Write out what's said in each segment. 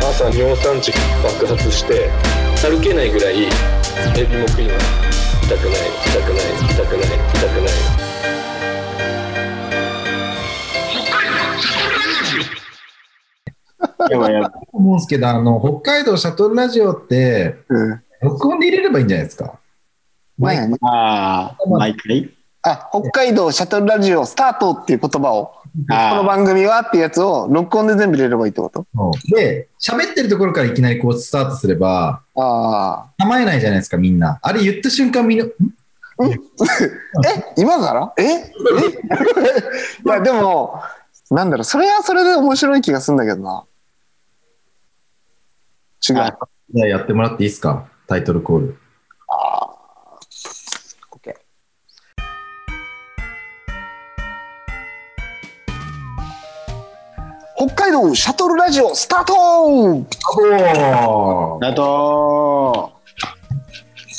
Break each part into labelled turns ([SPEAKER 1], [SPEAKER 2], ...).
[SPEAKER 1] 朝尿酸値爆発して歩けないぐらいエビも食います痛くない痛くない痛くない痛くない
[SPEAKER 2] やばいやばい。
[SPEAKER 3] 思うんですけど、あの、北海道シャトルラジオって、
[SPEAKER 4] うん。
[SPEAKER 3] 録音で入れればいいんじゃないですか。
[SPEAKER 4] まあ
[SPEAKER 3] 毎回
[SPEAKER 4] ね
[SPEAKER 2] ああ、毎回
[SPEAKER 4] あ、北海道シャトルラジオスタートっていう言葉を、この
[SPEAKER 2] あ
[SPEAKER 4] 番組はっていうやつを録音で全部入れればいいってこと
[SPEAKER 3] で、喋ってるところからいきなりこうスタートすれば、
[SPEAKER 4] あ
[SPEAKER 3] 構えないじゃないですか、みんな。あれ言った瞬間みんな、ん
[SPEAKER 4] あ。え今から ええいや、でも、なんだろう、それはそれで面白い気がするんだけどな。違
[SPEAKER 2] あ
[SPEAKER 4] う。
[SPEAKER 3] じゃあやってもらっていいですか、タイトルコール。
[SPEAKER 4] OK 北海道シャトルラジオスタート
[SPEAKER 3] おー
[SPEAKER 2] あ。あと、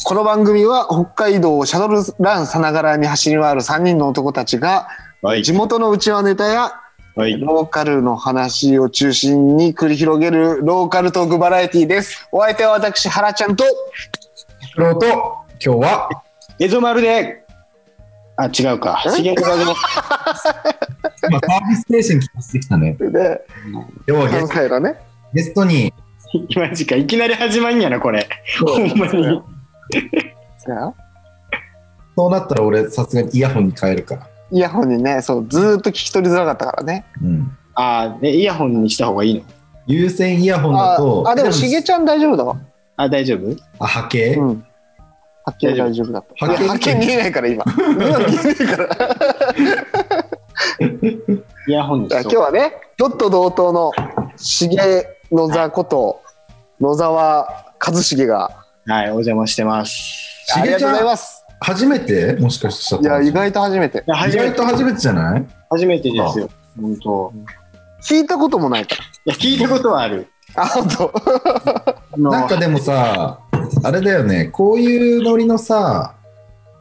[SPEAKER 4] この番組は北海道をシャトルランさながらに走り回る3人の男たちが
[SPEAKER 2] はい
[SPEAKER 4] 地、元のうちわネタや
[SPEAKER 2] はい。
[SPEAKER 4] ローカルの話を中心に繰り広げるローカルトークバラエティです。お相手は私、原ちゃんと、
[SPEAKER 3] プロと、今日は、
[SPEAKER 2] エゾマルで、あ、違うか。
[SPEAKER 4] え
[SPEAKER 2] 資源化学
[SPEAKER 3] 今サービスステーション聞かせてきたね。
[SPEAKER 4] で、
[SPEAKER 3] 今日はゲ
[SPEAKER 4] 関
[SPEAKER 3] ス
[SPEAKER 4] 西のね、
[SPEAKER 3] ゲストに、
[SPEAKER 2] の、マジか。いきなり始まんやな、これ。ほんまに。
[SPEAKER 3] そうなったら俺、さすがにイヤホンに変えるから。
[SPEAKER 4] イヤホンにね、そう、ずーっと聞き取りづらかったからね。
[SPEAKER 3] うん。
[SPEAKER 2] ああ、えイヤホンにした方がいいの
[SPEAKER 3] 有線イヤホンだ
[SPEAKER 4] あ
[SPEAKER 3] と、
[SPEAKER 4] あ、でも、しげちゃん大丈夫だわ。
[SPEAKER 2] あ、大丈夫
[SPEAKER 3] あ、波形、
[SPEAKER 4] うん。はっきり大丈夫だった。
[SPEAKER 3] 波形
[SPEAKER 4] はっきり見えないか ら、今。今見えないから。
[SPEAKER 2] イヤホンにし
[SPEAKER 4] 今
[SPEAKER 2] た
[SPEAKER 4] 日はね、ちょっと同等の、しげのざこと、野沢和茂が、
[SPEAKER 2] はい、お邪魔してます。
[SPEAKER 3] し
[SPEAKER 4] あり
[SPEAKER 3] げ
[SPEAKER 4] が
[SPEAKER 3] ち
[SPEAKER 4] とうござ
[SPEAKER 3] ゃ
[SPEAKER 4] い
[SPEAKER 3] ん、
[SPEAKER 4] ます。
[SPEAKER 3] 初めてもしかしたら。
[SPEAKER 4] いや、意外と初めて。
[SPEAKER 2] いや
[SPEAKER 3] 意
[SPEAKER 2] 初め
[SPEAKER 3] 外
[SPEAKER 2] て
[SPEAKER 3] と初めてじゃない
[SPEAKER 2] 初めてですよ。本当。
[SPEAKER 4] 聞いたこともないから。
[SPEAKER 2] いや、聞いたことはある。
[SPEAKER 4] あ、本当。
[SPEAKER 2] あの
[SPEAKER 3] なんかでもさ、あれだよね、こういうノリのさ、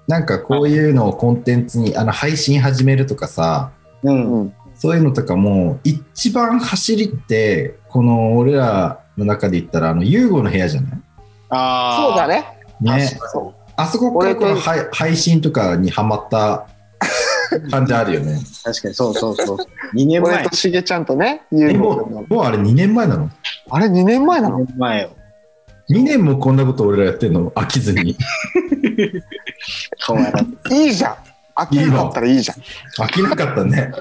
[SPEAKER 3] なんかこういうのをコンテンツに、あの配信始めるとかさ、
[SPEAKER 2] うん。
[SPEAKER 4] うん。
[SPEAKER 3] そういうのとかも、一番走りって、この俺らの中で言ったら、あの、ユーゴの部屋じゃない
[SPEAKER 2] ああ。
[SPEAKER 4] そうだね。
[SPEAKER 3] ね。
[SPEAKER 4] そ
[SPEAKER 3] あそこからこの
[SPEAKER 4] 俺と
[SPEAKER 3] 配配信とかにハマった感じあるよ ね。
[SPEAKER 2] 確かに、そうそうそう。2年前
[SPEAKER 4] 俺。としげちゃんとね、ゆ
[SPEAKER 3] え
[SPEAKER 4] う
[SPEAKER 3] も
[SPEAKER 4] ごくんの
[SPEAKER 3] う、もうあれ2年前なの
[SPEAKER 4] あれ、2年前な
[SPEAKER 2] 2
[SPEAKER 4] の
[SPEAKER 2] 年前よ。
[SPEAKER 3] ?2 年もこんなこと俺らやってんの飽きずに。
[SPEAKER 2] かわいらしい
[SPEAKER 4] いいじゃん。飽きなかったらいいじゃん。
[SPEAKER 3] 飽きなかったね。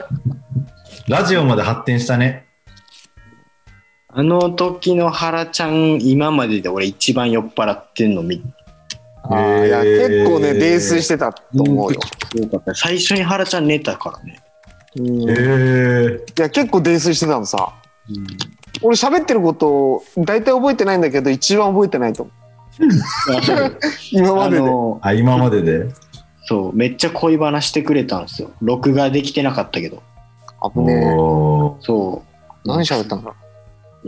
[SPEAKER 3] ラジオまで発展したね。。
[SPEAKER 2] あの時の原ちゃん、今までで俺一番酔っ払ってんの見
[SPEAKER 4] あーいや結構ね、泥酔しててたと思うよ。
[SPEAKER 2] てよかった。最初に原ちゃん寝たからね。
[SPEAKER 4] うん
[SPEAKER 3] へ
[SPEAKER 4] い
[SPEAKER 3] ー
[SPEAKER 4] や、結構泥酔してたのさ。俺、喋ってることを大体覚えてないんだけど、一番覚えてないと思う。今ま
[SPEAKER 2] あ
[SPEAKER 4] でで。
[SPEAKER 2] の、
[SPEAKER 3] あ、今までで。
[SPEAKER 2] そう、めっちゃ恋話してくれたんですよ。録画できてなかったけど。
[SPEAKER 4] あぶねえ。
[SPEAKER 3] おー
[SPEAKER 2] そ
[SPEAKER 4] 何喋ったんだろう。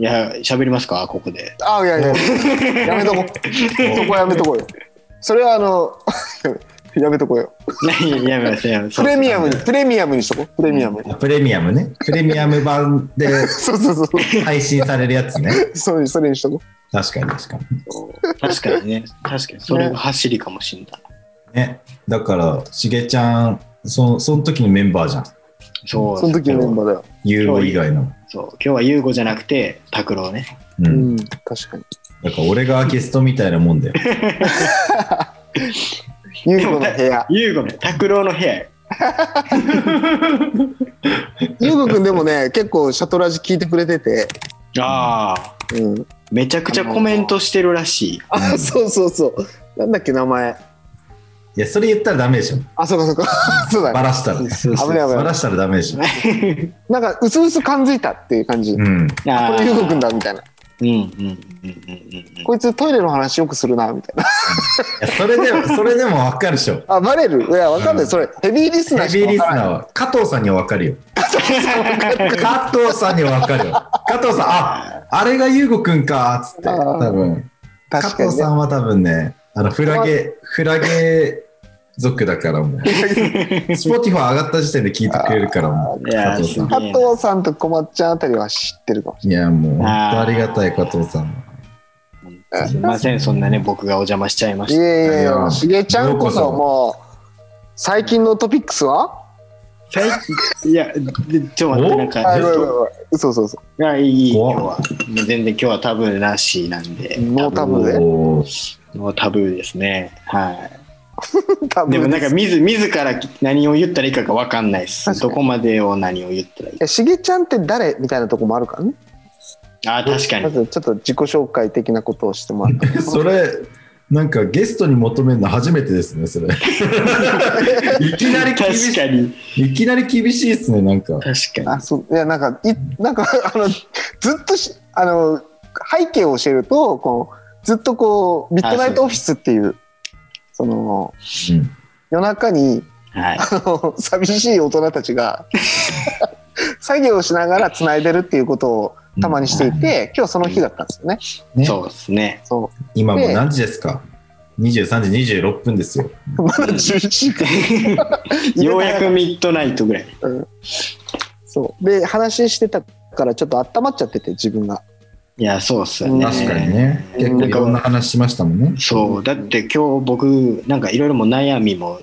[SPEAKER 2] う。いや、喋りますかここで。
[SPEAKER 4] あ、いやいや、やめ とこ。そこはやめとこよ。それはあの、 やめとこよ。
[SPEAKER 2] いややめます、やめます。
[SPEAKER 4] プレミアムに、プレミアムにしとこ。プレミアム。
[SPEAKER 3] プレミアムね。プレミアム版で
[SPEAKER 4] そうそうそう。
[SPEAKER 3] 配信されるやつね。
[SPEAKER 4] それそれにしとこ。
[SPEAKER 3] 確かに確かに。
[SPEAKER 2] そう確かにね。確かに、それが走りかもしんない。
[SPEAKER 3] ね。だから、しげちゃん、そその時のメンバーじゃん。
[SPEAKER 2] そう。
[SPEAKER 4] その時のメンバーだよ。
[SPEAKER 3] ユーゴ以外の。
[SPEAKER 2] そう。今日は優吾じゃなくて、拓郎ね。
[SPEAKER 3] う。
[SPEAKER 4] うんん、確かに。
[SPEAKER 3] だから俺がゲストみたいなもんだ よ。
[SPEAKER 4] ゆうこの部屋。
[SPEAKER 2] 優吾ね、拓郎の部屋よ。
[SPEAKER 4] ゆうこくんでもね、結構シャトラジ聞いてくれてて。
[SPEAKER 2] ああ。
[SPEAKER 4] うん。
[SPEAKER 2] めちゃくちゃコメントしてるらしい。
[SPEAKER 4] あ、そうそうそう。なんだっけ、名前。
[SPEAKER 3] いや、それ言ったらダメでしょ。
[SPEAKER 4] あ、そうか そうか。 そうだ
[SPEAKER 3] バ
[SPEAKER 4] ね。
[SPEAKER 3] ラしたら。
[SPEAKER 2] そう
[SPEAKER 4] 危
[SPEAKER 2] そう
[SPEAKER 4] ない危
[SPEAKER 3] バ
[SPEAKER 4] ない。
[SPEAKER 3] ラしたらダメでしょ。
[SPEAKER 4] なんか、うすうす感づいたっていう感じ。こ
[SPEAKER 3] うん。
[SPEAKER 2] あー
[SPEAKER 4] れゆうこくんだ、みたいな。
[SPEAKER 2] うんうんうんうんうん
[SPEAKER 4] こいつトイレの話よくするな、みたいな。
[SPEAKER 3] いやそれでも、それでもわかるでしょ。
[SPEAKER 4] あ、バレるいや、わかんない。それ、ヘビーリスナー
[SPEAKER 3] ヘ
[SPEAKER 4] し
[SPEAKER 3] ビー
[SPEAKER 4] か
[SPEAKER 3] リ
[SPEAKER 4] わ
[SPEAKER 3] ス
[SPEAKER 4] か
[SPEAKER 3] ナ
[SPEAKER 4] らな
[SPEAKER 3] ー
[SPEAKER 4] い
[SPEAKER 3] は加藤さんには分かるよ。加藤さんには分かるよ。加藤さん、ああれが優吾くんかっつって、
[SPEAKER 4] あー
[SPEAKER 3] 多分。加
[SPEAKER 4] 確
[SPEAKER 3] 藤
[SPEAKER 4] かにね
[SPEAKER 3] さ。んは多分ね、あのフラゲ、フラゲ族だからもう。スポティファー上がった時点で聞いてくれるからもう。
[SPEAKER 2] いやー
[SPEAKER 3] 加藤さん
[SPEAKER 2] す。
[SPEAKER 4] 加藤さんとこまっちゃんあたりは知ってるかもし
[SPEAKER 3] いや、もう、本当
[SPEAKER 2] あー
[SPEAKER 3] ありがたい加藤さん。
[SPEAKER 4] れ
[SPEAKER 2] すいません、そんなね、僕がお邪魔しちゃいま
[SPEAKER 4] ない。
[SPEAKER 2] し
[SPEAKER 4] い
[SPEAKER 2] た。
[SPEAKER 4] やいやい
[SPEAKER 3] いや
[SPEAKER 4] や、しげちゃんこそもう、最近のトピックスは
[SPEAKER 2] 最近いや、でちょっと待って、
[SPEAKER 3] お
[SPEAKER 2] なんか、
[SPEAKER 4] あ、
[SPEAKER 2] ず
[SPEAKER 4] ご
[SPEAKER 2] っ
[SPEAKER 4] めん
[SPEAKER 2] と
[SPEAKER 4] ごめん嘘そうそ
[SPEAKER 2] いや、いい、今
[SPEAKER 3] 怖っ
[SPEAKER 2] 日は。もう全然今日はタブーなしなんで。
[SPEAKER 4] う。ノータブーで。
[SPEAKER 3] おー
[SPEAKER 2] もうタブーですね。は
[SPEAKER 4] タ
[SPEAKER 2] い。
[SPEAKER 4] ブ
[SPEAKER 2] でもな
[SPEAKER 4] ー
[SPEAKER 2] ん
[SPEAKER 4] で
[SPEAKER 2] か、
[SPEAKER 4] す。
[SPEAKER 2] みず、自ら何を言ったらいいかがわかんないです。
[SPEAKER 4] 確か
[SPEAKER 2] ど
[SPEAKER 4] に
[SPEAKER 2] こまでを何を言ったらいい
[SPEAKER 4] えしげちゃんって誰みたいなとこもあるからね。
[SPEAKER 2] か。あー、確か
[SPEAKER 4] ま
[SPEAKER 2] に。
[SPEAKER 4] ずちょっと自己紹介的なことをしてもらっ て。
[SPEAKER 3] それ、なんかゲストに求めるの初めてですね、それ。いきなり厳し
[SPEAKER 2] 確かに。
[SPEAKER 3] い。いきなり厳しいですね、なんか。
[SPEAKER 2] 確か
[SPEAKER 4] あそういやなんかいなんか あのずっとしあの背景を教えるとこうずっとこうミッドナイトオフィスっていうその
[SPEAKER 3] うん
[SPEAKER 4] 夜中に
[SPEAKER 2] に。はい。
[SPEAKER 4] あの寂しい大人たちが作業をしながらつないでるっていうことをたまにしていて、今日はその日だったんですよね。
[SPEAKER 3] ね
[SPEAKER 2] そうです ね。
[SPEAKER 4] そ
[SPEAKER 3] 今もう何時ですか ?23 時26分ですよ。
[SPEAKER 4] うまだ11時間
[SPEAKER 2] ようやくミッドナイトぐらい。
[SPEAKER 4] そうで話してたからちょっと温まっちゃってて自分が。
[SPEAKER 2] いや、そうっすよね。
[SPEAKER 3] 確かにね。結構いろんな話しましたもんね。
[SPEAKER 2] そう。だって今日僕、なんかいろいろも悩みも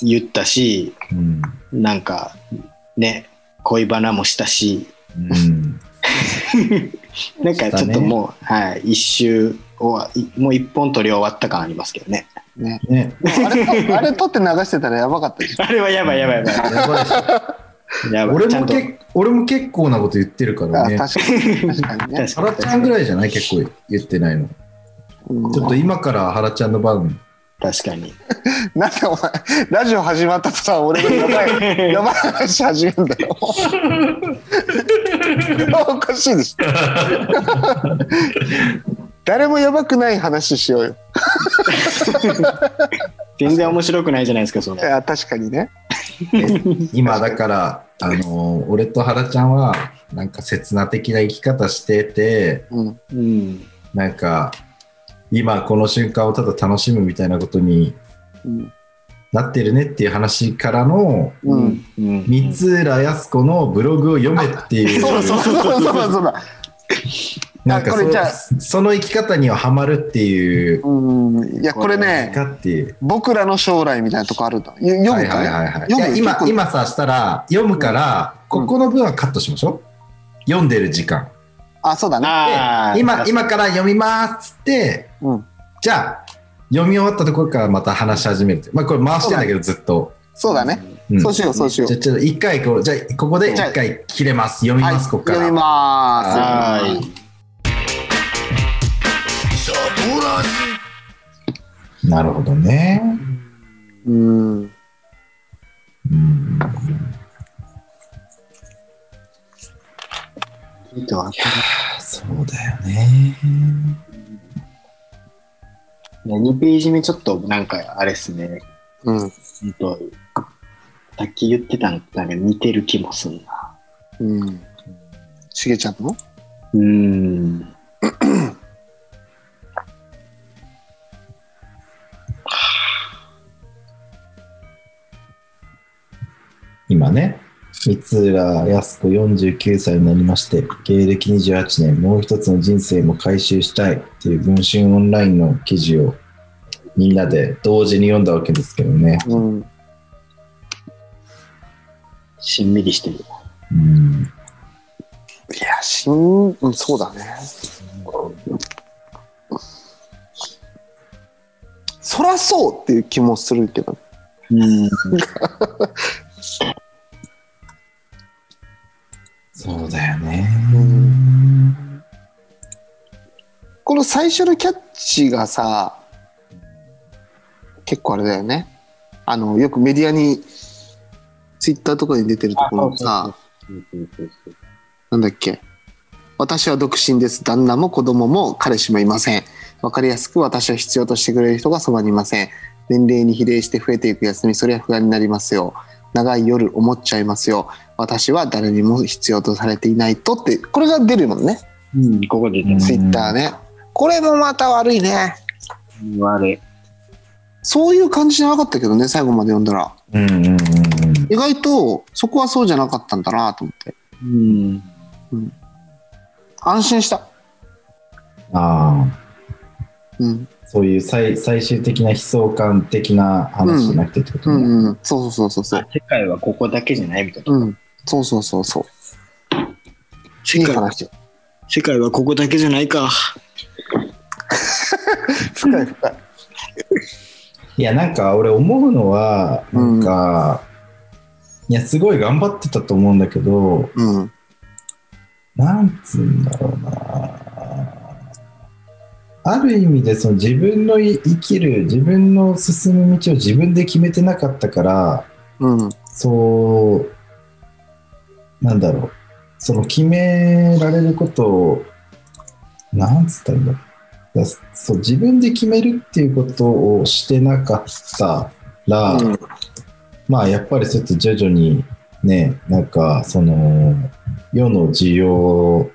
[SPEAKER 2] 言ったし、
[SPEAKER 3] うん。
[SPEAKER 2] なんか、ね、恋バナもしたし、
[SPEAKER 3] うん。
[SPEAKER 2] なんかちょっともう、はい、一周を、いもう一本取り終わった感ありますけどね。
[SPEAKER 3] ね。
[SPEAKER 4] あれとあれ撮って流してたらやばかったでしょ。
[SPEAKER 2] あれはやばいやばいやばい。
[SPEAKER 3] やばいっしょ
[SPEAKER 2] やばい
[SPEAKER 3] 俺
[SPEAKER 2] ちゃん
[SPEAKER 3] も
[SPEAKER 2] と
[SPEAKER 3] け俺も結構なこと言ってるから
[SPEAKER 4] あ
[SPEAKER 3] ね。
[SPEAKER 4] 確かに確か にね。
[SPEAKER 2] 確か
[SPEAKER 3] ハラ
[SPEAKER 2] に
[SPEAKER 3] ちゃんぐらいじゃない結構言ってないの。
[SPEAKER 4] うん
[SPEAKER 3] ちょっと今からハラちゃんの番。
[SPEAKER 2] 確かに。
[SPEAKER 4] なんでお前、ラジオ始まったとさ、俺がやばい、やばい話始めんだよ。 おかしいでしょ。 誰もやばくない話しようよ。
[SPEAKER 2] 全然面白くないじゃないですか、そ
[SPEAKER 4] い
[SPEAKER 2] れ。
[SPEAKER 4] や確かにね。
[SPEAKER 3] 今だから、あのー俺とハラちゃんは、なんか刹那的な生き方してて、
[SPEAKER 4] うん。
[SPEAKER 2] うん。
[SPEAKER 3] なんか、今この瞬間をただ楽しむみたいなことに
[SPEAKER 4] うん。
[SPEAKER 3] なってるねっていう話からの、
[SPEAKER 4] うん。。
[SPEAKER 2] うん。
[SPEAKER 3] 三浦靖子のブログを読めっていう、
[SPEAKER 4] そうそうそうそうそうだそうだ。
[SPEAKER 3] なんか
[SPEAKER 4] あこれじゃあ
[SPEAKER 3] そその生き方にはハマるっていう、
[SPEAKER 4] うん。いや、これね、
[SPEAKER 3] かっていう。
[SPEAKER 4] 僕らの将来みたいなとこあるんだ。よ読むか
[SPEAKER 3] はい
[SPEAKER 4] ね。
[SPEAKER 3] はいはいはい、い
[SPEAKER 4] 読む
[SPEAKER 3] や今
[SPEAKER 4] 結構
[SPEAKER 3] 今さしたら読むから、
[SPEAKER 4] うん
[SPEAKER 3] ここの分はカットしましょう読んでる時間
[SPEAKER 4] あ、そうだね。
[SPEAKER 3] で
[SPEAKER 2] ああ、
[SPEAKER 3] 今
[SPEAKER 2] 確か
[SPEAKER 3] 今から読みますっつって
[SPEAKER 4] うん。
[SPEAKER 3] じゃあ読み終わったところからまた話し始めるってまあこれ回してんだけどずっと、
[SPEAKER 4] そうだね。
[SPEAKER 3] うん
[SPEAKER 4] そうしよう、そうしよ
[SPEAKER 3] じゃ
[SPEAKER 4] う。
[SPEAKER 3] あちょっと一回こうじゃあここで
[SPEAKER 4] じゃあ
[SPEAKER 3] 一回切れます読み
[SPEAKER 4] はい
[SPEAKER 3] ます、ここから
[SPEAKER 4] 読みま
[SPEAKER 2] は
[SPEAKER 4] す。
[SPEAKER 2] い。
[SPEAKER 3] なるほどね、
[SPEAKER 4] うん。
[SPEAKER 3] うん、
[SPEAKER 2] ちょっとわかん
[SPEAKER 3] そうだよね
[SPEAKER 2] ない2ページ目ちょっとなんかあれですね。
[SPEAKER 4] うん。
[SPEAKER 2] うんと、さっき言ってたのとなんか似てる気もするな。
[SPEAKER 4] うん。しげちゃんの
[SPEAKER 2] うん。
[SPEAKER 3] 今ね三浦靖子49歳になりまして芸歴28年もう一つの人生も回収したいっていう文春オンラインの記事をみんなで同時に読んだわけですけどね
[SPEAKER 4] うん。
[SPEAKER 2] しんみりしてる。
[SPEAKER 3] うん
[SPEAKER 4] いや、しん、うんそうだね。そらそうっていう気もするけど。
[SPEAKER 2] うん。
[SPEAKER 3] そうだよね
[SPEAKER 4] この最初のキャッチがさ、結構あれだよね。あの、よくメディアに、ツイッターとかに出てるところのさ、なんだっけ。私は独身です。旦那も子供も彼氏もいません。わかりやすく私を必要としてくれる人がそばにいません。年齢に比例して増えていく休み、それは不安になりますよ。長い夜思っちゃいますよ。私は誰にも必要とされていないとって、これが出るもんね。
[SPEAKER 2] うん、ここで出て
[SPEAKER 3] うん
[SPEAKER 2] ます。
[SPEAKER 4] ツイッターね。これもまた悪いね。
[SPEAKER 2] 悪い。
[SPEAKER 4] そういう感じじゃなかったけどね、最後まで読んだら。
[SPEAKER 3] うんうんうんうん
[SPEAKER 4] 意外と、そこはそうじゃなかったんだなと思って。
[SPEAKER 2] うん。
[SPEAKER 4] 安心した。
[SPEAKER 3] あ
[SPEAKER 4] うん。
[SPEAKER 3] あそういう最最終的な悲壮感的な話じゃなくてってこと
[SPEAKER 4] う
[SPEAKER 3] ね、
[SPEAKER 4] んうん。そうそうそうそう。
[SPEAKER 2] 世界はここだけじゃないみたいな。
[SPEAKER 4] うん。そうそうそうそう。い
[SPEAKER 2] 世
[SPEAKER 4] い
[SPEAKER 2] 界は
[SPEAKER 4] 話。
[SPEAKER 2] 世界はここだけじゃないか。
[SPEAKER 4] 深い深い。
[SPEAKER 3] いやなんか俺思うのはなんか、いやすごい頑張ってたと思うんだけど
[SPEAKER 4] うん。
[SPEAKER 3] なんつうんだろうなある意味でその自分のい生きる自分の進む道を自分で決めてなかったから
[SPEAKER 4] うん。
[SPEAKER 3] そうなんだろうその決められることをなんつったらいいんだろうだそう自分で決めるっていうことをしてなかったら、
[SPEAKER 4] うん
[SPEAKER 3] まあやっぱりそうやって徐々にねなんかその世の需要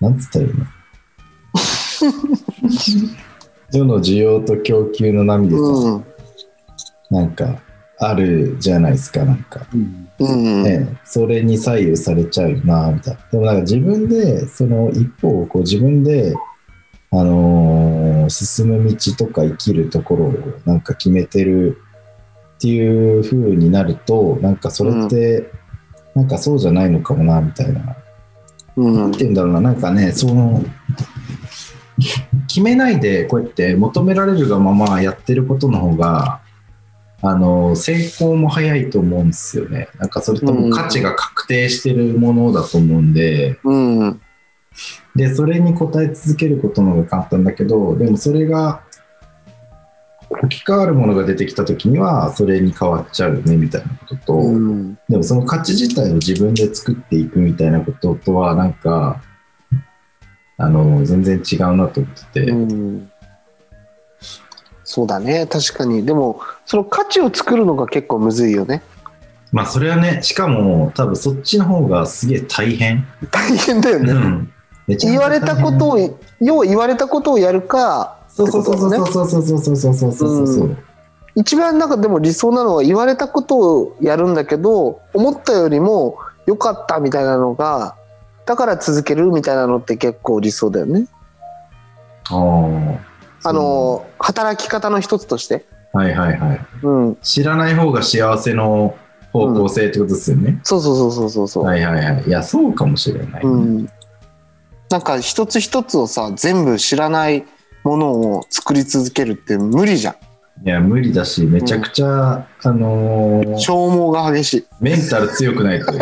[SPEAKER 3] なんつったらいい の世の需要と供給の波でさ、
[SPEAKER 4] うん。
[SPEAKER 3] なんかあるじゃないですかなんか、
[SPEAKER 2] うん。
[SPEAKER 4] うん。
[SPEAKER 3] ねそれに左右されちゃうなみたいなでもなんか自分でその一方をこう自分であのー進む道とか生きるところをなんか決めてるっていう風になるとなんかそれってなんかそうじゃないのかもなみたいな
[SPEAKER 4] うん
[SPEAKER 3] なんて言うんだろうな、なんかね、その、決めないで、こうやって求められるがままやってることの方が、あの、成功も早いと思うんですよね。なんかそれとも価値が確定してるものだと思うんで、
[SPEAKER 4] うん。
[SPEAKER 3] で、それに応え続けることの方が簡単だけど、でもそれが、置き換わるものが出てきた時には、それに変わっちゃうよね、みたいなことと、
[SPEAKER 4] うん。
[SPEAKER 3] でもその価値自体を自分で作っていくみたいなこととはなんかあの全然違うなと思ってて、
[SPEAKER 4] うんそうだね確かにでもその価値を作るのが結構むずいよね
[SPEAKER 3] まあそれはねしかも多分そっちの方がすげえ大変、
[SPEAKER 4] 大変だよ
[SPEAKER 3] う
[SPEAKER 4] ね
[SPEAKER 3] ん、めちゃめち
[SPEAKER 4] 言
[SPEAKER 3] ゃ
[SPEAKER 4] わ
[SPEAKER 3] 大
[SPEAKER 4] れ
[SPEAKER 3] 変
[SPEAKER 4] たことを要は言われたことをやるか
[SPEAKER 3] そうそうそう
[SPEAKER 4] って
[SPEAKER 3] そ
[SPEAKER 4] こ
[SPEAKER 3] うそうそうそうそうそうそうそうそう、
[SPEAKER 4] 一番なんかでも理想なのは言われたことをやるんだけど思ったよりも良かったみたいなのがだから続けるみたいなのって結構理想だよね
[SPEAKER 3] ああ
[SPEAKER 4] あの働き方の一つとして
[SPEAKER 3] はいはいはい
[SPEAKER 4] うん
[SPEAKER 3] 知らない方が幸せの方向性ってことですよね、
[SPEAKER 4] そうそうそうそうそう、
[SPEAKER 3] はいはいはいいやそうかもしれない、
[SPEAKER 4] うん、なんか一つ一つをさ全部知らないものを作り続けるって無理じゃん
[SPEAKER 3] いや無理だしめちゃくちゃ、あのー
[SPEAKER 4] 消耗が激しい、
[SPEAKER 3] メンタル強くない と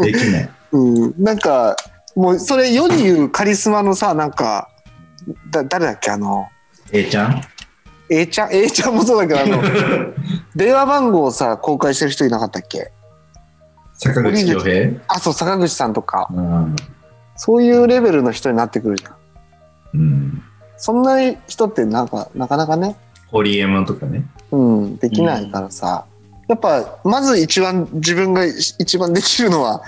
[SPEAKER 3] できない。
[SPEAKER 4] うん、なんかもうそれ世に言うカリスマのさなんかだ誰だっけあの
[SPEAKER 3] A ちゃん
[SPEAKER 4] A ちゃん A ちゃんもそうだけどあ の電話番号をさ公開してる人いなかったっけ
[SPEAKER 3] 坂口恭平
[SPEAKER 4] あそう坂口さんとか
[SPEAKER 3] うん
[SPEAKER 4] そういうレベルの人になってくるじゃん
[SPEAKER 3] うん。
[SPEAKER 4] そんな人ってなんかなかなかね
[SPEAKER 3] ホリエモンとかね。
[SPEAKER 4] うん、できないからさ、やっぱまず一番自分が一番できるのは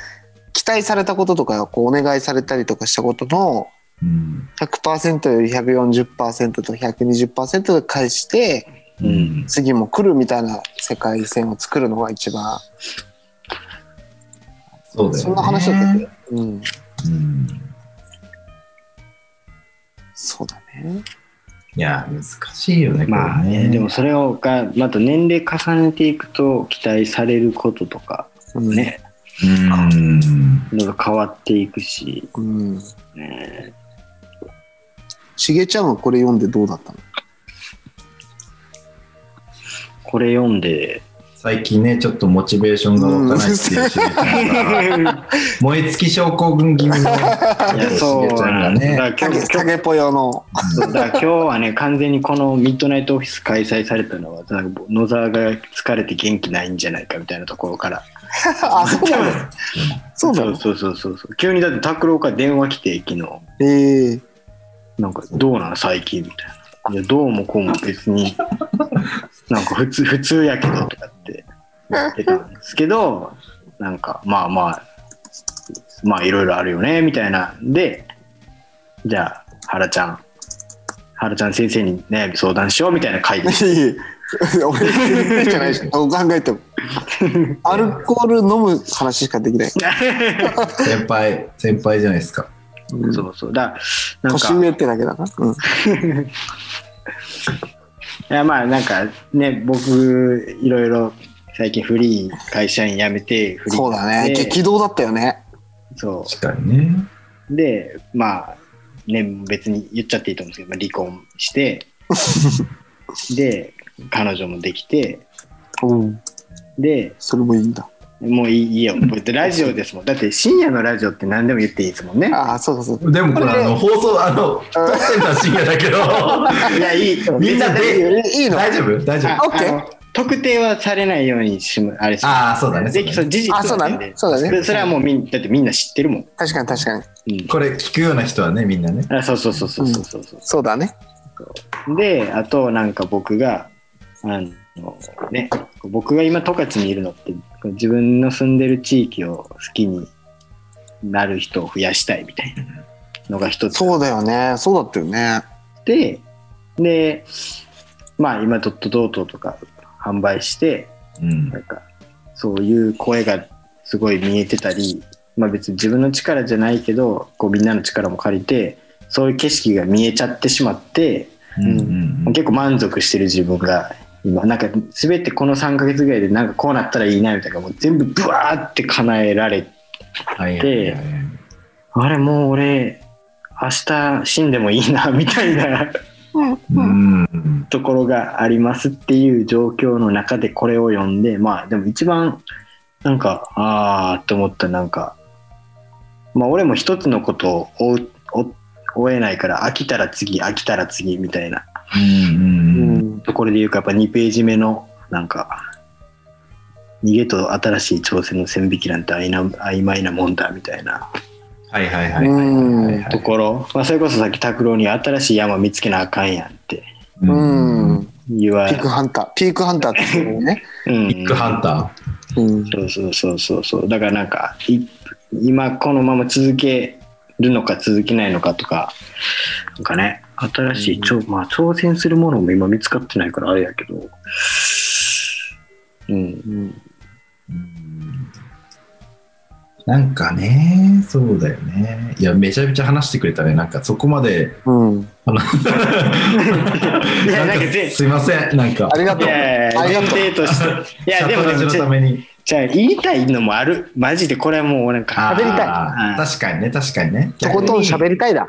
[SPEAKER 4] 期待されたこととかこうお願いされたりとかしたことの
[SPEAKER 3] うん。
[SPEAKER 4] 100%より140%と120%で返して
[SPEAKER 2] うん。
[SPEAKER 4] 次も来るみたいな世界線を作るのが一番
[SPEAKER 3] そうだよ、ね。
[SPEAKER 4] そんな話だったっけ、うん、
[SPEAKER 3] うん。
[SPEAKER 4] そうだね
[SPEAKER 3] いや、難しいよね、
[SPEAKER 2] まあ
[SPEAKER 3] これ
[SPEAKER 2] ね、でもそれをがまた年齢重ねていくと期待されることとか
[SPEAKER 4] うん
[SPEAKER 2] ね、
[SPEAKER 3] うん。
[SPEAKER 2] のが変わっていくし、
[SPEAKER 4] うん
[SPEAKER 2] ね、
[SPEAKER 4] しげちゃんはこれ読んでどうだったの
[SPEAKER 2] これ読んで、
[SPEAKER 3] 最近ね、ちょっとモチベーションが湧かないっていうしげちゃん
[SPEAKER 2] い
[SPEAKER 3] が
[SPEAKER 2] や
[SPEAKER 3] 燃え尽き症候群気味の
[SPEAKER 2] そう
[SPEAKER 3] しげちゃんが
[SPEAKER 2] なんだだ
[SPEAKER 3] ね。
[SPEAKER 2] から今日今日
[SPEAKER 4] 影ぽよの
[SPEAKER 2] そうだから今日はね、完全にこのミッドナイトオフィス開催されたのは、だから野沢が疲れて元気ないんじゃないかみたいなところから、
[SPEAKER 4] あそうなの そうな
[SPEAKER 2] そう
[SPEAKER 4] の
[SPEAKER 2] そうそうそうそう、急にだって拓郎から電話来て、昨日、
[SPEAKER 4] ええ
[SPEAKER 2] なんか、どうなん、最近みたいな。いや、どうもこうも別 に、なんか普通、普通やけどとかって言ってたんですけど、なんか、まあまあ、まあいろいろあるよね、みたいなんで、じゃあ、原ちゃん、はるちゃん先生に悩み相談しようみたいな会で
[SPEAKER 4] いやいや俺全然じゃないしどう考えてもアルコール飲む話しかできない
[SPEAKER 3] 先輩、先輩じゃないですか。
[SPEAKER 2] そうそうだなんか
[SPEAKER 4] 年上ってだけだな、うん、
[SPEAKER 2] いやまあなんかね僕いろいろ最近フリー会社員辞めてフリー
[SPEAKER 4] そうだね、
[SPEAKER 2] で
[SPEAKER 4] 激動だったよね
[SPEAKER 2] そ
[SPEAKER 3] 確かにね。
[SPEAKER 2] うでまあね別に言っちゃっていいと思うんですけど、まあ、離婚してで彼女もできて
[SPEAKER 4] うん
[SPEAKER 2] で
[SPEAKER 4] それもいいんだ
[SPEAKER 2] もういいいいよこうやってラジオですもんだって深夜のラジオって何でも言っていいですもんね
[SPEAKER 4] ああそうそうそう
[SPEAKER 3] でもこれ、あの、放送、あの、撮ってた深夜だけ ど、
[SPEAKER 2] いやいい
[SPEAKER 3] みんなで
[SPEAKER 4] いいの
[SPEAKER 3] 大丈夫大丈夫
[SPEAKER 2] あ
[SPEAKER 4] オッケー
[SPEAKER 2] あの特定はされないようにしむあれします
[SPEAKER 3] ああ、そうだね。
[SPEAKER 2] でそ
[SPEAKER 3] そう
[SPEAKER 2] う事実
[SPEAKER 4] あそうだね
[SPEAKER 2] なんで
[SPEAKER 4] そうだね
[SPEAKER 2] れそれはもうみんだってみんな知ってるもん、
[SPEAKER 4] 確かに確かに
[SPEAKER 2] うん、
[SPEAKER 3] これ聞くような人はね、みんなね。
[SPEAKER 2] あそうそうそうそうそうそうそう、
[SPEAKER 4] そうだね
[SPEAKER 2] であとなんか僕があのね僕が今十勝にいるのって自分の住んでる地域を好きになる人を増やしたいみたいなのが一つ
[SPEAKER 4] そうだよねそうだったよね
[SPEAKER 2] ででまあ今ドットドートとか販売して
[SPEAKER 3] うん
[SPEAKER 2] な。んかそういう声がすごい見えてたり、まあ、別に自分の力じゃないけどこうみんなの力も借りてそういう景色が見えちゃってしまって
[SPEAKER 3] うんうんうん
[SPEAKER 2] 結構満足してる自分が今なんか全てこの3ヶ月ぐらいでなんかこうなったらいいなみたいなもう全部ブワーって叶えられて
[SPEAKER 3] はいはいはいはい
[SPEAKER 2] あれもう俺明日死んでもいいなみたいな
[SPEAKER 3] うん。
[SPEAKER 2] ところがありますっていう状況の中でこれを読んでまあでも一番なんかああって思ったなんかまあ俺も一つのことを追う追追えないから飽きたら次飽きたら次みたいな
[SPEAKER 3] うんうんうん
[SPEAKER 2] ところで言うかやっぱ2ページ目のなんか逃げと新しい挑戦の線引きなんて曖な曖昧なもんだみたいな
[SPEAKER 3] はいはいはいはいはいはい。
[SPEAKER 2] ところ、まあ、それこそさっき拓郎に新しい山見つけなあかんやんって
[SPEAKER 4] う
[SPEAKER 3] うん
[SPEAKER 4] ん、
[SPEAKER 2] 言わ
[SPEAKER 4] ピークハンターピークハンターって言うのね、
[SPEAKER 2] うん
[SPEAKER 3] ビッグハンタ
[SPEAKER 4] うん、
[SPEAKER 2] そうそうそうそうそうだからなんかい今このまま続けるのか続けないのかとかなんかね新しい、ちょまあ、挑戦するものも今見つかってないからあれやけどうん
[SPEAKER 4] うん
[SPEAKER 3] ー。うんなんかね、そうだよね。いや、めちゃめちゃ話してくれたね。なんかそこまで。
[SPEAKER 4] うん、
[SPEAKER 2] いや
[SPEAKER 3] なん
[SPEAKER 2] なんか
[SPEAKER 3] か
[SPEAKER 2] ぜ
[SPEAKER 3] すいません。なんか
[SPEAKER 4] あ、りがと
[SPEAKER 2] いうやい
[SPEAKER 4] あ
[SPEAKER 2] や
[SPEAKER 4] り
[SPEAKER 2] い
[SPEAKER 4] が
[SPEAKER 2] や
[SPEAKER 4] とう
[SPEAKER 2] 前提としていやでもで
[SPEAKER 3] シャ
[SPEAKER 2] も
[SPEAKER 3] トラジ
[SPEAKER 2] じ
[SPEAKER 3] のた
[SPEAKER 2] ゃ
[SPEAKER 3] めに。
[SPEAKER 2] じゃあ言いたいのもあるマジでこれはもうなんか
[SPEAKER 3] あー
[SPEAKER 4] 喋りたい
[SPEAKER 2] うん
[SPEAKER 3] 確かにね、確かにね。
[SPEAKER 4] とことん喋りたいだ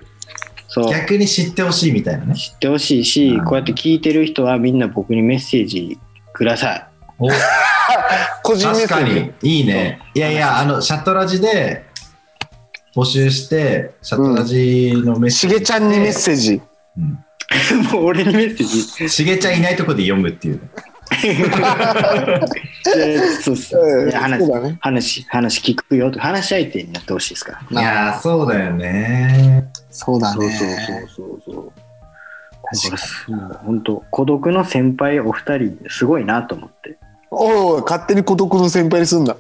[SPEAKER 2] そう
[SPEAKER 3] 逆に知ってほしいみたいなね。
[SPEAKER 2] 知ってほしいし
[SPEAKER 3] うん
[SPEAKER 2] こうやって聞いてる人はみんな僕にメッセージください
[SPEAKER 3] お
[SPEAKER 4] 個人
[SPEAKER 3] 確
[SPEAKER 4] メッセ
[SPEAKER 3] か
[SPEAKER 4] ージ
[SPEAKER 3] にいいねいやいやあのシャトラジで募集してシャトラジのメッセ
[SPEAKER 4] し
[SPEAKER 3] ージ、
[SPEAKER 4] げちゃんにメッセージ。
[SPEAKER 3] う
[SPEAKER 2] もう俺にメッセージ
[SPEAKER 3] んしげちゃんいないとこで読むっていうね
[SPEAKER 2] でそうっす
[SPEAKER 4] うん
[SPEAKER 2] いや話
[SPEAKER 4] そうだね
[SPEAKER 2] 話話聞くよと話し相手になってほしいですから。
[SPEAKER 3] いやーそうだよ ね
[SPEAKER 4] そうだね。
[SPEAKER 2] そうそうそうそう。だからもう本当孤独の先輩お二人すごいなと思って。
[SPEAKER 4] おい、勝手に孤独の先輩にすんな。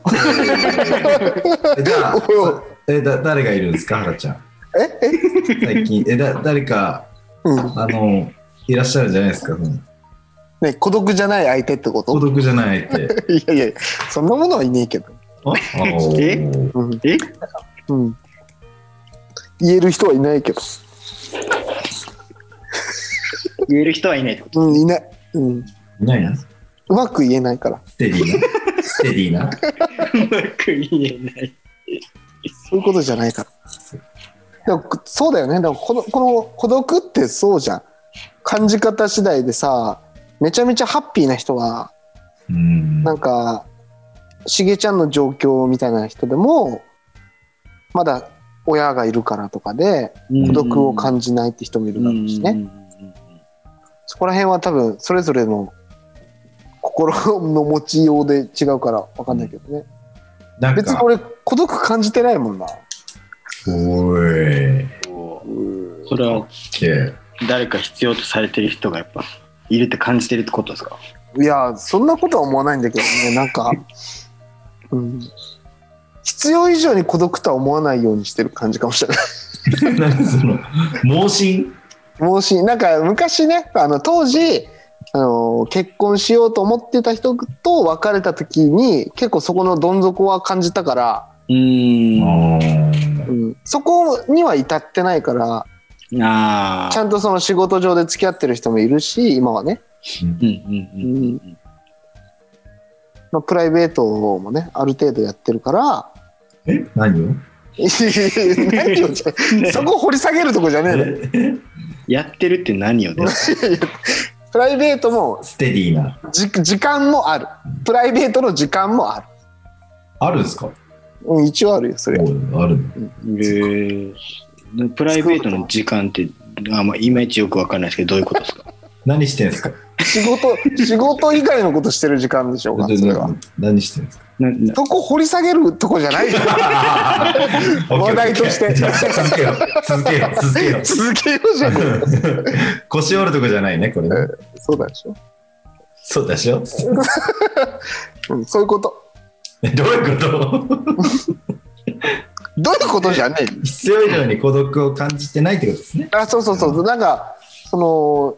[SPEAKER 3] えじゃあ
[SPEAKER 4] おいおい
[SPEAKER 3] えだ誰がいるんですか原ちゃん
[SPEAKER 4] え、え、
[SPEAKER 3] 最近えだ誰か
[SPEAKER 4] うん、
[SPEAKER 3] あのいらっしゃるんじゃないですかその
[SPEAKER 4] ね、孤独じゃない相手ってこ
[SPEAKER 3] 孤
[SPEAKER 4] と。
[SPEAKER 3] 独じゃない って
[SPEAKER 4] いやいや、そんなものはいねえけど。
[SPEAKER 3] あおー
[SPEAKER 4] うん、
[SPEAKER 2] え
[SPEAKER 4] うん。言える人はいないけど。
[SPEAKER 2] 言える人はいないってこと
[SPEAKER 4] うん、いない。うん、
[SPEAKER 3] いないな
[SPEAKER 4] うまく言えないから。
[SPEAKER 3] ステディなステディな
[SPEAKER 2] うまく言えない。
[SPEAKER 4] そういうことじゃないから。でも、そうだよね。でも、この、この孤独ってそうじゃん。感じ方次第でさ。めちゃめちゃハッピーな人は
[SPEAKER 3] うん
[SPEAKER 4] なんかしげちゃんの状況みたいな人でもまだ親がいるからとかで孤独を感じないって人もいるだろうしね、そこら辺は多分それぞれの心の持ちようで違うから分かんないけどね
[SPEAKER 3] なん
[SPEAKER 4] 別に
[SPEAKER 3] か
[SPEAKER 4] 俺孤独感じてないもんな
[SPEAKER 3] おーい
[SPEAKER 2] こうそれは
[SPEAKER 3] け
[SPEAKER 2] 誰か必要とされてる人がやっぱいるって感じてるってことですか
[SPEAKER 4] いやそんなことは思わないんだけどねなんか、うん、必要以上に孤独とは思わないようにしてる感じかもしれない
[SPEAKER 3] 何その盲信
[SPEAKER 4] 帽子なんか昔ねあの当時あの結婚しようと思ってた人と別れた時に結構そこのどん底は感じたから、
[SPEAKER 2] うーん。
[SPEAKER 4] うん、そこには至ってないから
[SPEAKER 2] あ
[SPEAKER 4] ちゃ
[SPEAKER 2] あ。
[SPEAKER 4] んとその仕事上で付き合ってる人もいるし今はね、
[SPEAKER 2] うんうんうん。
[SPEAKER 4] うんまあ、プライベートもねある程度やってるから
[SPEAKER 3] え何を
[SPEAKER 4] いやいや何をじゃそこ掘り下げるとこじゃねえのよ
[SPEAKER 2] やってるって何をですか
[SPEAKER 4] プライベートも
[SPEAKER 3] ステディな。
[SPEAKER 4] じ時間もあるプライベートの時間もある、
[SPEAKER 3] あるんですか
[SPEAKER 4] うん、一応あるよそれ
[SPEAKER 3] おうあるの
[SPEAKER 2] へープライベートの時間って、あまあ、いまいちよくわかんないですけど、どういうことですか
[SPEAKER 3] 何してんすか
[SPEAKER 4] 仕 事仕事以外のことしてる時間でしょうかそれは
[SPEAKER 3] 何してんすか
[SPEAKER 2] なな
[SPEAKER 4] そこ掘り下げるとこじゃないよ 話題として
[SPEAKER 3] じゃあ続けよう続けよう続けよう
[SPEAKER 4] 続けようじゃん
[SPEAKER 3] 腰折るとこじゃないねこれね
[SPEAKER 4] そうだでしょ、
[SPEAKER 3] そうでしょ
[SPEAKER 4] うん、そういうこと
[SPEAKER 3] どういうこと
[SPEAKER 4] どういうことじゃない
[SPEAKER 3] 必要以上に孤独を感じてないってことですね
[SPEAKER 4] あそうそうそうなんかその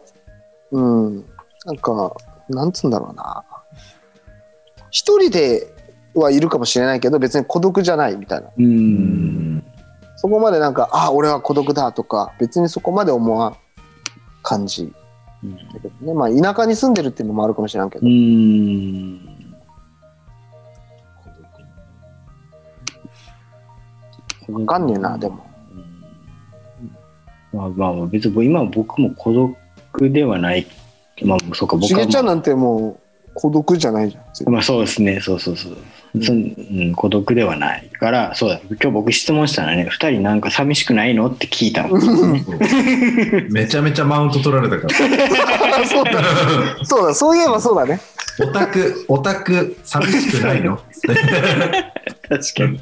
[SPEAKER 4] うんなんかなんつうんだろうな一人ではいるかもしれないけど別に孤独じゃないみたいな
[SPEAKER 2] う。
[SPEAKER 3] うんん
[SPEAKER 4] そこまでなんかあ俺は孤独だとか別にそこまで思わん感じだけどねまあ田舎に住んでるっていうのもあるかもしれんけど、
[SPEAKER 2] うん。わ
[SPEAKER 4] わかんねえなでも。
[SPEAKER 2] まあまあ、別に今は僕も孤独ではない。まあ、そうか、僕
[SPEAKER 4] し
[SPEAKER 2] は、まあ。
[SPEAKER 4] げちゃんなんてもう孤独じゃないじゃん絶対
[SPEAKER 2] まあそうですね、そうそうそう。そんうん、孤独ではないから、そうだ、今日僕質問したらね、二人なんか寂しくないのって聞いたの。
[SPEAKER 3] そうめちゃめちゃマウント取られたから
[SPEAKER 4] そうだそうだそういえばそうだね
[SPEAKER 3] オタクオタク寂し くないの、
[SPEAKER 2] 確かに。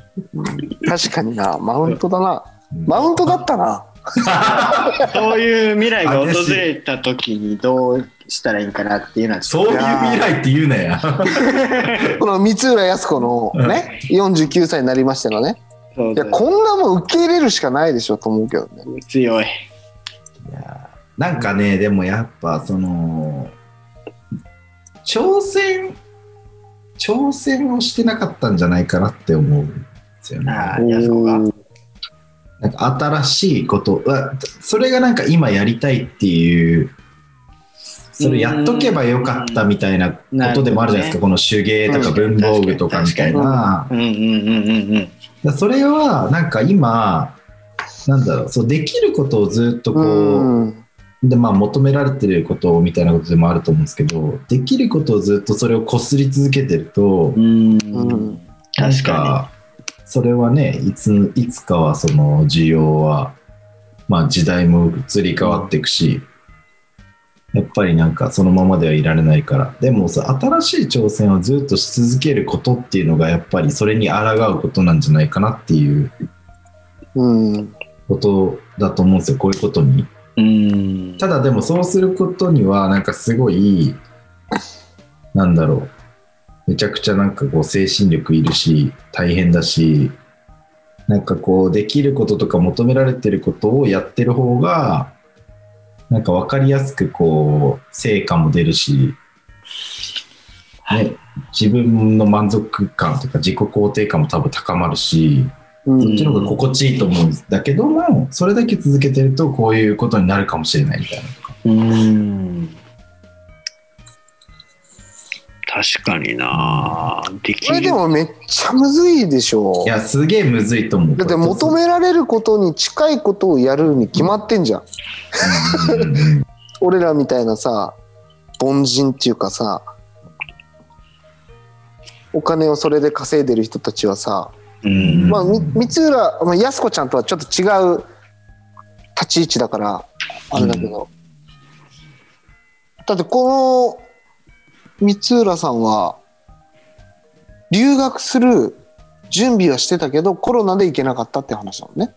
[SPEAKER 4] 確かになマウントだな
[SPEAKER 3] うん
[SPEAKER 4] マウントだったな
[SPEAKER 2] そういう未来が訪れた時にどうしたらいいんかなっていうのは、
[SPEAKER 3] そういう未来って言うなや
[SPEAKER 4] この三浦靖子のね49歳になりましたのね
[SPEAKER 2] そう
[SPEAKER 4] いや
[SPEAKER 2] だ
[SPEAKER 4] こんなもん受け入れるしかないでしょと思うけどね
[SPEAKER 2] 強い。
[SPEAKER 3] いやーなんかねでもやっぱその挑戦挑戦をしてなかったんじゃないかなって思うんですよね
[SPEAKER 2] ああ、いや、そうか。
[SPEAKER 3] なんか新しいことあそれがなんか今やりたいっていうそれやっとけばよかったみたいなことでもあるじゃないですか、この手芸とか文房具とかみたい
[SPEAKER 2] 確
[SPEAKER 3] な
[SPEAKER 2] うんうんうんうんうん。
[SPEAKER 3] だからそれはなんか今なんだろうそうできることをずっとこ
[SPEAKER 4] う
[SPEAKER 3] う、
[SPEAKER 4] ん
[SPEAKER 3] でまあ、求められてることみたいなことでもあると思うんですけどできることをずっとそれをこすり続けてると、
[SPEAKER 2] うん
[SPEAKER 4] うん
[SPEAKER 2] 確か
[SPEAKER 3] にそれはねいついつかはその需要は、まあ、時代も移り変わっていくし、やっぱりなんかそのままではいられないからでもさ新しい挑戦をずっとし続けることっていうのがやっぱりそれに抗うことなんじゃないかなっていう
[SPEAKER 4] うん
[SPEAKER 3] ことだと思うんですよこういうことに。
[SPEAKER 2] に。うん。
[SPEAKER 3] ただでもそうすることにはなんかすごいなんだろうめちゃくちゃなんかこう精神力いるし大変だしなんかこうできることとか求められてることをやってる方がなんか分かりやすくこう成果も出るし、ね、自分の満足感とか自己肯定感も多分高まるし
[SPEAKER 4] う
[SPEAKER 3] そっ
[SPEAKER 4] ん
[SPEAKER 3] ちの方が心地いいと思うんだけどもそれだけ続けてるとこういうことになるかもしれないみたいな。
[SPEAKER 2] うん。確かになでき
[SPEAKER 4] これでもめっちゃむずいでしょ
[SPEAKER 3] いや、すげえむずいと思う。
[SPEAKER 4] だって求められることに近いことをやるに決まってんじゃん
[SPEAKER 3] うんうんうん
[SPEAKER 4] 俺らみたいなさ凡人っていうかさお金をそれで稼いでる人たちはさ、
[SPEAKER 2] うん。
[SPEAKER 4] まあ、み三浦、まあ、安子ちゃんとはちょっと違う立ち位置だからあれだけど、だってこの三浦さんは留学する準備はしてたけどコロナで行けなかったって話だもんね。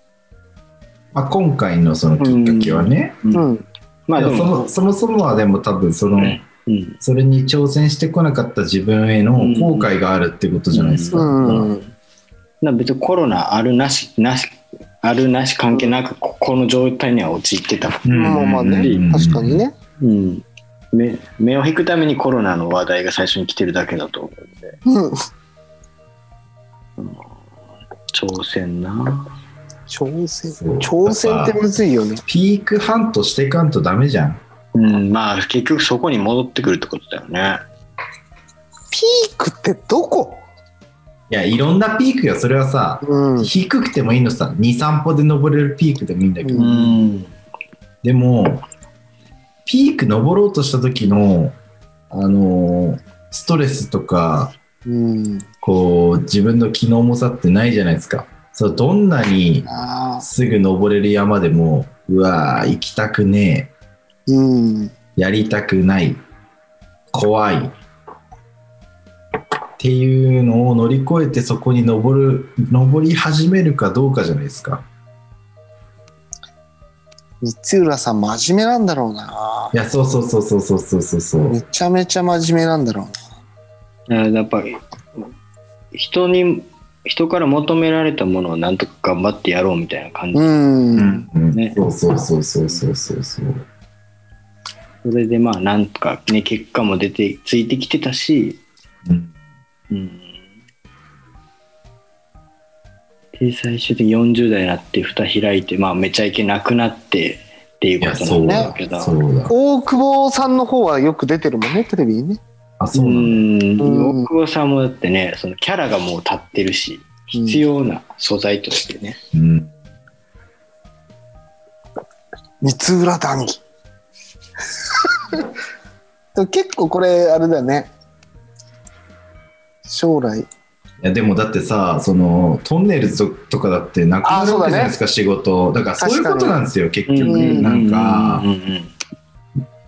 [SPEAKER 3] まあ、今回のそのきっかけはね、
[SPEAKER 2] うん
[SPEAKER 4] うん、
[SPEAKER 2] まあで
[SPEAKER 3] いやそ
[SPEAKER 2] も、
[SPEAKER 3] もそもそもはでも多分その、
[SPEAKER 2] うんうん。
[SPEAKER 3] それに挑戦してこなかった自分への
[SPEAKER 2] うん
[SPEAKER 3] 後悔があるってことじゃないですか。
[SPEAKER 4] うん
[SPEAKER 3] うん
[SPEAKER 2] な別にコロナあるなし、なし、あるなし関係なく、ここの状態には陥ってた。
[SPEAKER 3] うん
[SPEAKER 4] まあまあ
[SPEAKER 2] う
[SPEAKER 4] ね
[SPEAKER 2] ん
[SPEAKER 4] 確かに。ね
[SPEAKER 2] うん。目目を引くためにコロナの話題が最初に来てるだけだと思うんで、
[SPEAKER 4] うん
[SPEAKER 2] 挑戦な。
[SPEAKER 4] 挑戦
[SPEAKER 3] そう
[SPEAKER 4] 挑戦ってむずいよね
[SPEAKER 3] ピークハントしていかんとダメじゃん。
[SPEAKER 2] うん、まあ結局そこに戻ってくるってことだよね。。
[SPEAKER 4] ピークってどこ
[SPEAKER 3] いや、いろんなピークよ。それはさ、
[SPEAKER 4] うん
[SPEAKER 3] 低くてもいいのさ、2、3歩で登れるピークでもいいんだけど。
[SPEAKER 4] うん
[SPEAKER 3] でも、ピーク登ろうとした時の、あのーストレスとか、
[SPEAKER 4] うん
[SPEAKER 3] こう、自分の気の重さってないじゃないですか。そう、どんなに
[SPEAKER 4] ああ
[SPEAKER 3] すぐ登れる山でも、うわー、行きたくね
[SPEAKER 4] うん
[SPEAKER 3] え、やりたくない、怖い。っていうのを乗り越えてそこに登る、登り始めるかどうかじゃないですか。
[SPEAKER 4] 光浦さん真面目なんだろうない
[SPEAKER 3] や、そうそうそうそうそうそうそうそう。
[SPEAKER 4] めちゃめちゃ真面目なんだろうな
[SPEAKER 2] あやっぱり人に人から求められたものをなんとか頑張ってやろうみたいな感じ、
[SPEAKER 4] うん、
[SPEAKER 3] うん
[SPEAKER 2] ね
[SPEAKER 3] そうそうそうそうそうそうそう。
[SPEAKER 2] それでまあなんとかね結果も出てついてきてたし、
[SPEAKER 3] うん
[SPEAKER 2] うん、で最終的に40代になって蓋開いてまあめちゃいけなくなってっていう
[SPEAKER 3] いや、
[SPEAKER 2] こと
[SPEAKER 3] そ
[SPEAKER 2] なん
[SPEAKER 3] う
[SPEAKER 2] だ
[SPEAKER 3] だ
[SPEAKER 2] けど。。
[SPEAKER 3] そうだ。
[SPEAKER 4] 大久保さんの方はよく出てるもんねテレビにね
[SPEAKER 3] あ、そう
[SPEAKER 2] う
[SPEAKER 3] なんだ。
[SPEAKER 2] ん
[SPEAKER 4] うん
[SPEAKER 2] 大久保さんもだってねそのキャラがもう立ってるし必要な素材としてね、
[SPEAKER 3] うん。
[SPEAKER 4] 三浦谷 でも結構これあれだよね将来
[SPEAKER 3] いや、でもだってさ、その、トンネルズとかだってなくな
[SPEAKER 4] あ
[SPEAKER 3] る
[SPEAKER 4] そう
[SPEAKER 3] わけ
[SPEAKER 4] だね
[SPEAKER 3] じゃないですか、仕事。だからそういうことなんですよ、結局。
[SPEAKER 4] うん
[SPEAKER 3] なんか、
[SPEAKER 2] うんうんうんうん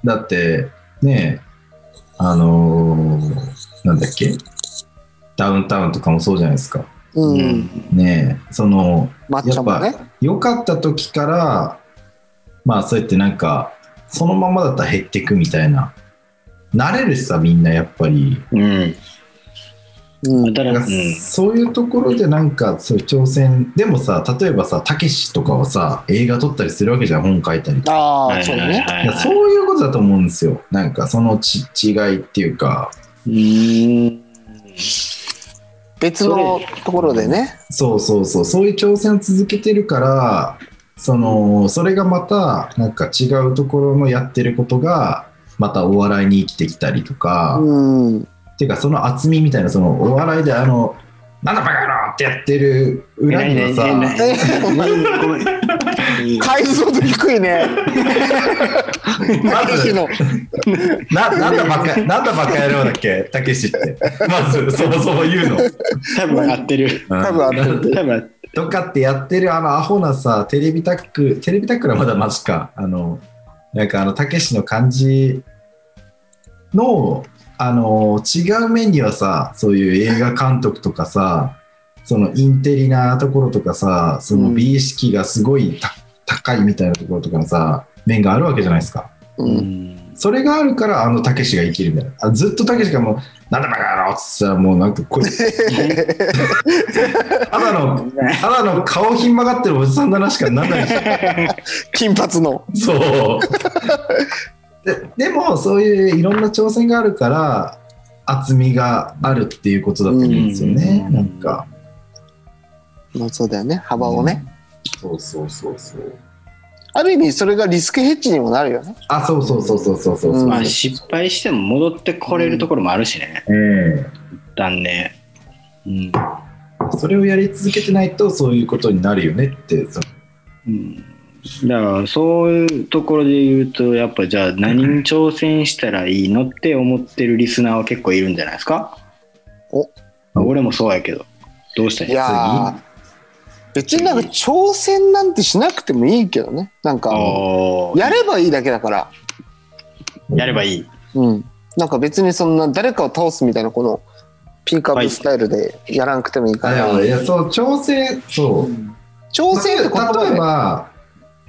[SPEAKER 3] だって、ねあのーなんだっけ、ダウンタウンとかもそうじゃないですか。
[SPEAKER 4] うん、
[SPEAKER 3] ねえその、
[SPEAKER 4] まっちゃんもね
[SPEAKER 3] 良かった時からまあそうやってなんかそのままだったら減っていくみたいな慣れるしさみんなやっぱり
[SPEAKER 2] うん。
[SPEAKER 4] うん
[SPEAKER 2] だか、
[SPEAKER 3] だかららそういうところでなんかそういう挑戦でもさ例えばさたけしとかはさ映画撮ったりするわけじゃん本書いたりとか
[SPEAKER 4] あ
[SPEAKER 2] は
[SPEAKER 4] あ
[SPEAKER 2] い
[SPEAKER 4] そう
[SPEAKER 2] はい
[SPEAKER 4] だ
[SPEAKER 2] はいは
[SPEAKER 4] ね
[SPEAKER 2] い
[SPEAKER 3] いやそういうことだと思うんですよなんかそのち違いっていうか
[SPEAKER 2] うーん。
[SPEAKER 4] 別のところでね
[SPEAKER 3] そうそうそうそういう挑戦を続けてるからそのそれがまたなんか違うところのやってることがまたお笑いに生きてきたりとか、
[SPEAKER 4] うん
[SPEAKER 3] ていうかその厚みみたいなそのお笑いであの「なんだバカ野郎!」ってやってる裏には
[SPEAKER 2] えらい
[SPEAKER 3] さ
[SPEAKER 2] ねごめん。
[SPEAKER 4] 解像度低いね
[SPEAKER 3] ま
[SPEAKER 4] たけし
[SPEAKER 3] ず
[SPEAKER 4] の
[SPEAKER 3] 「ななんだバカなんだバカ野郎」だっけたけしってまずそもそも言うの。
[SPEAKER 2] 多分合ってる。
[SPEAKER 3] うん
[SPEAKER 4] 多分あってる
[SPEAKER 2] 多分合ってる。
[SPEAKER 3] とかってやってるあのアホなさテレビタックテレビタックはまだマジかあのなんかあのたけしの感じのあの違う面にはさそういう映画監督とかさそのインテリなところとかさそうの
[SPEAKER 4] ん
[SPEAKER 3] 美意識がすごいた高いみたいなところとかのさ面があるわけじゃないですか
[SPEAKER 4] うん
[SPEAKER 3] それがあるからあのたけしが生きるみたいなあずっとたけしがもう「なんだバカ野郎!」っつったらもうなんか これただのただの顔ひん曲がってるおじさんだなしかなんな いで
[SPEAKER 4] 金髪の
[SPEAKER 3] しょそうででもそういういろんな挑戦があるから厚みがあるっていうことだと思うんですよね、
[SPEAKER 2] うん
[SPEAKER 3] なんか
[SPEAKER 4] まあそうだよね幅をね、
[SPEAKER 3] そうそうそうそう
[SPEAKER 4] ある意味それがリスクヘッジにもなるよね
[SPEAKER 3] あそうそうそうそうそうそうそう
[SPEAKER 4] うん
[SPEAKER 2] まあ失敗しても戻ってこれるところもあるしね。
[SPEAKER 3] ええ
[SPEAKER 2] だんね。うん。
[SPEAKER 3] それをやり続けてないとそういうことになるよねってそ
[SPEAKER 2] うんだからそういうところで言うとやっぱじゃあ何に挑戦したらいいのって思ってるリスナーは結構いるんじゃないですか
[SPEAKER 4] お
[SPEAKER 2] 俺もそうやけどどうしたら
[SPEAKER 4] い
[SPEAKER 2] いい
[SPEAKER 4] やー別になんか挑戦なんてしなくてもいいけどねなんか
[SPEAKER 2] おー
[SPEAKER 4] やればいいだけだから
[SPEAKER 3] う
[SPEAKER 2] やれば
[SPEAKER 3] い
[SPEAKER 2] いい
[SPEAKER 4] うんなんか別にそんな誰かを倒すみたいなこのピークアップスタイルでやらなくてもいいか
[SPEAKER 3] あい
[SPEAKER 4] ら、
[SPEAKER 3] やいやそう調整そう
[SPEAKER 4] 挑戦って言葉
[SPEAKER 3] 例え
[SPEAKER 4] で
[SPEAKER 3] ば、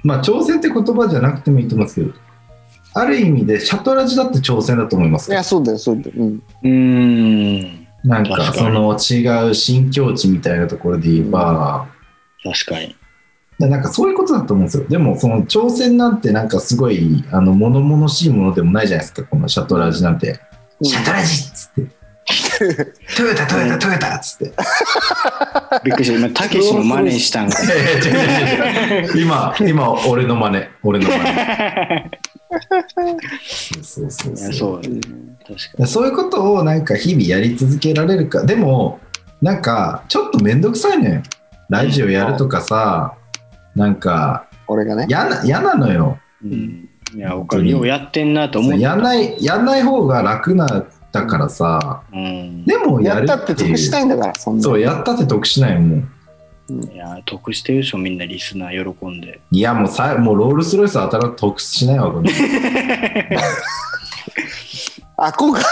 [SPEAKER 3] まあ、挑戦って言葉じゃなくてもいいと思いますけど、ある意味でシャトラジだって挑戦だと思います
[SPEAKER 4] い
[SPEAKER 3] か
[SPEAKER 4] やそうだよそうだよ、うん、
[SPEAKER 2] うーん
[SPEAKER 3] なんか
[SPEAKER 2] 確
[SPEAKER 3] そ
[SPEAKER 2] か
[SPEAKER 3] の違う新境地みたいなところで言えば、
[SPEAKER 2] 確かに
[SPEAKER 3] でなんかそういうことだと思うんですよ。でも、その挑戦なんて、なんかすごい、あの、物々しいものでもないじゃないですか、このシャトラジなんて。
[SPEAKER 4] うん
[SPEAKER 3] シャトラジっつ って。トヨタ、トヨタ、トヨタっつって。
[SPEAKER 2] びっくりした。今、たけしの真似したんか。
[SPEAKER 3] 今、今、俺の真似。俺の真 似。そうそう
[SPEAKER 2] い
[SPEAKER 3] そ
[SPEAKER 2] や
[SPEAKER 3] うそう。
[SPEAKER 2] そうだね。確か
[SPEAKER 3] そういうことをなんか日々やり続けられるか。でも、なんか、ちょっとめんどくさいのよ。ラジオやるとかさ、なんか、
[SPEAKER 4] 俺がね。
[SPEAKER 3] 嫌な、嫌なのよ。
[SPEAKER 2] に。うんいや、おかげようやってんなと思。
[SPEAKER 3] そううやんないやんない方が楽なだからさ、
[SPEAKER 2] うん。
[SPEAKER 3] でもや
[SPEAKER 4] や
[SPEAKER 3] る
[SPEAKER 4] ったって
[SPEAKER 3] いう
[SPEAKER 4] 得したいんだから、そんな。
[SPEAKER 3] そうやったって得しないもん
[SPEAKER 2] いや、得してるでしょ、みんなリスナー喜んで。
[SPEAKER 3] いやもうさもうロールスロイス当たら得しないわこれ
[SPEAKER 4] あ、今回、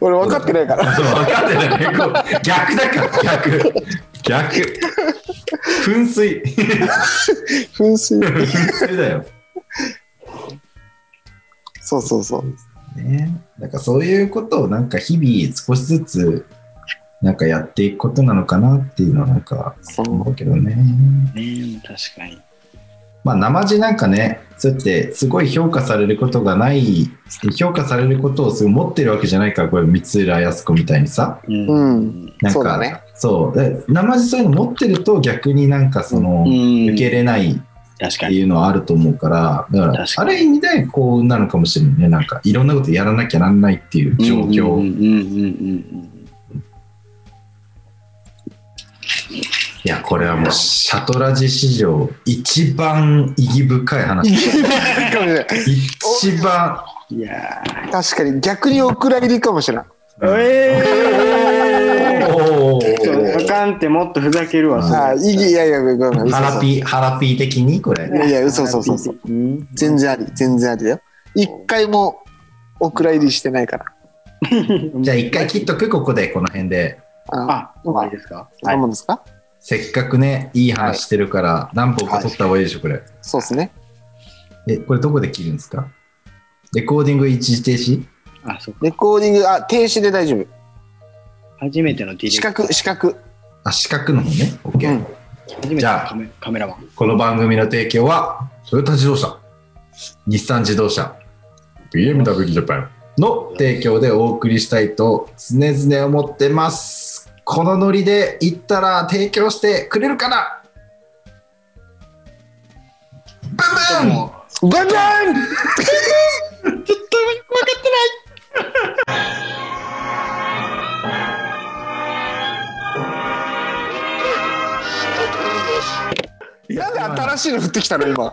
[SPEAKER 4] 俺分かってないから。
[SPEAKER 3] 分かってないこう逆だから逆 逆噴水
[SPEAKER 4] 噴水。
[SPEAKER 3] 噴水だよ、
[SPEAKER 4] そうそうそう。
[SPEAKER 3] ね、なんかそういうことをなんか日々少しずつなんかやっていくことなのかなっていうのはなんか
[SPEAKER 4] そう
[SPEAKER 3] 思うけどね
[SPEAKER 2] ね確かに。
[SPEAKER 3] まあ、生地なんかね、そうやってすごい評価されることがない、評価されることをすごい持ってるわけじゃないから、これ、三浦靖子みたいにさ、
[SPEAKER 2] うん
[SPEAKER 4] うん
[SPEAKER 3] なんか、
[SPEAKER 4] そうだね
[SPEAKER 3] そうで生地そういうの持ってると、逆になんかその、
[SPEAKER 2] うん
[SPEAKER 3] 受け入れないっ
[SPEAKER 2] 確か
[SPEAKER 3] て
[SPEAKER 2] に。
[SPEAKER 3] いうのはあると思うから、だから、
[SPEAKER 2] 確か
[SPEAKER 3] あ
[SPEAKER 2] に
[SPEAKER 3] る意味で幸運なのかもしれないね、なんか、いろんなことやらなきゃなんないっていう状況。
[SPEAKER 2] うんうんうん
[SPEAKER 3] いや、これはもう、シャトラジ史上、一番意義深い話。
[SPEAKER 4] かもしれない
[SPEAKER 3] 一番。
[SPEAKER 2] うん。いや
[SPEAKER 4] 確かに逆にお蔵入りかもしれない。
[SPEAKER 2] ー。え
[SPEAKER 3] おー
[SPEAKER 2] ー、あかんってもっとふざけるわ、
[SPEAKER 3] うん
[SPEAKER 2] それ
[SPEAKER 4] あ、いい、いやいや、ごめんごめん嘘
[SPEAKER 3] ハラ
[SPEAKER 4] 嘘
[SPEAKER 3] ピー、ハラピー的にこれ。
[SPEAKER 4] いやいや、嘘そうそうそう。
[SPEAKER 2] うん。
[SPEAKER 4] 全然あり、全然ありだよ。一回もお蔵入りしてないから。
[SPEAKER 3] じゃあ一回切っとく、ここで、この辺で。
[SPEAKER 4] あ、
[SPEAKER 2] あ、終わりですか。
[SPEAKER 4] そうなんですか
[SPEAKER 3] せっかくね、いい話してるから、何本か取った方がいいでしょ、これ。
[SPEAKER 4] そうですね。
[SPEAKER 3] え、これどこで切るんですかレコーディング一時停止
[SPEAKER 2] あ、そうか。
[SPEAKER 4] レコーディング、あ、停止で大丈夫。
[SPEAKER 2] 初めての DJ。
[SPEAKER 4] 四角、四角。
[SPEAKER 3] あ、四角の方ね。OK。
[SPEAKER 4] うん
[SPEAKER 2] 初めて
[SPEAKER 3] じ
[SPEAKER 2] の
[SPEAKER 3] ゃあ
[SPEAKER 2] カメカメラマン。
[SPEAKER 3] この番組の提供は、トヨタ自動車、日産自動車、BMW ジャパンの提供でお送りしたいと常々思ってます。このノリで行ったら提供してくれるかなブンブン
[SPEAKER 4] バンバンなんで新しいの降ってきたの今。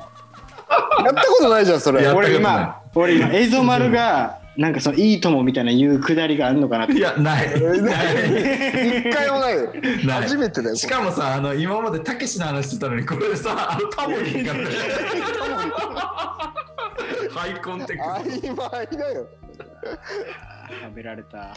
[SPEAKER 4] やったことないじゃん、それ。
[SPEAKER 3] やったこと
[SPEAKER 2] 俺
[SPEAKER 3] ない
[SPEAKER 2] 今、俺今、映像丸が、なんかそのいいともみたいな言うくだりがあるのかなって。
[SPEAKER 3] いや、ない。ない
[SPEAKER 4] 一回もないよ。
[SPEAKER 3] ない
[SPEAKER 4] 初めてだよ。
[SPEAKER 3] しかもさ、あの今までたけしの話してたのに、これさ、あのタモリンがね。ハイコンテクスト
[SPEAKER 4] 曖昧だよ。
[SPEAKER 2] 食べられた。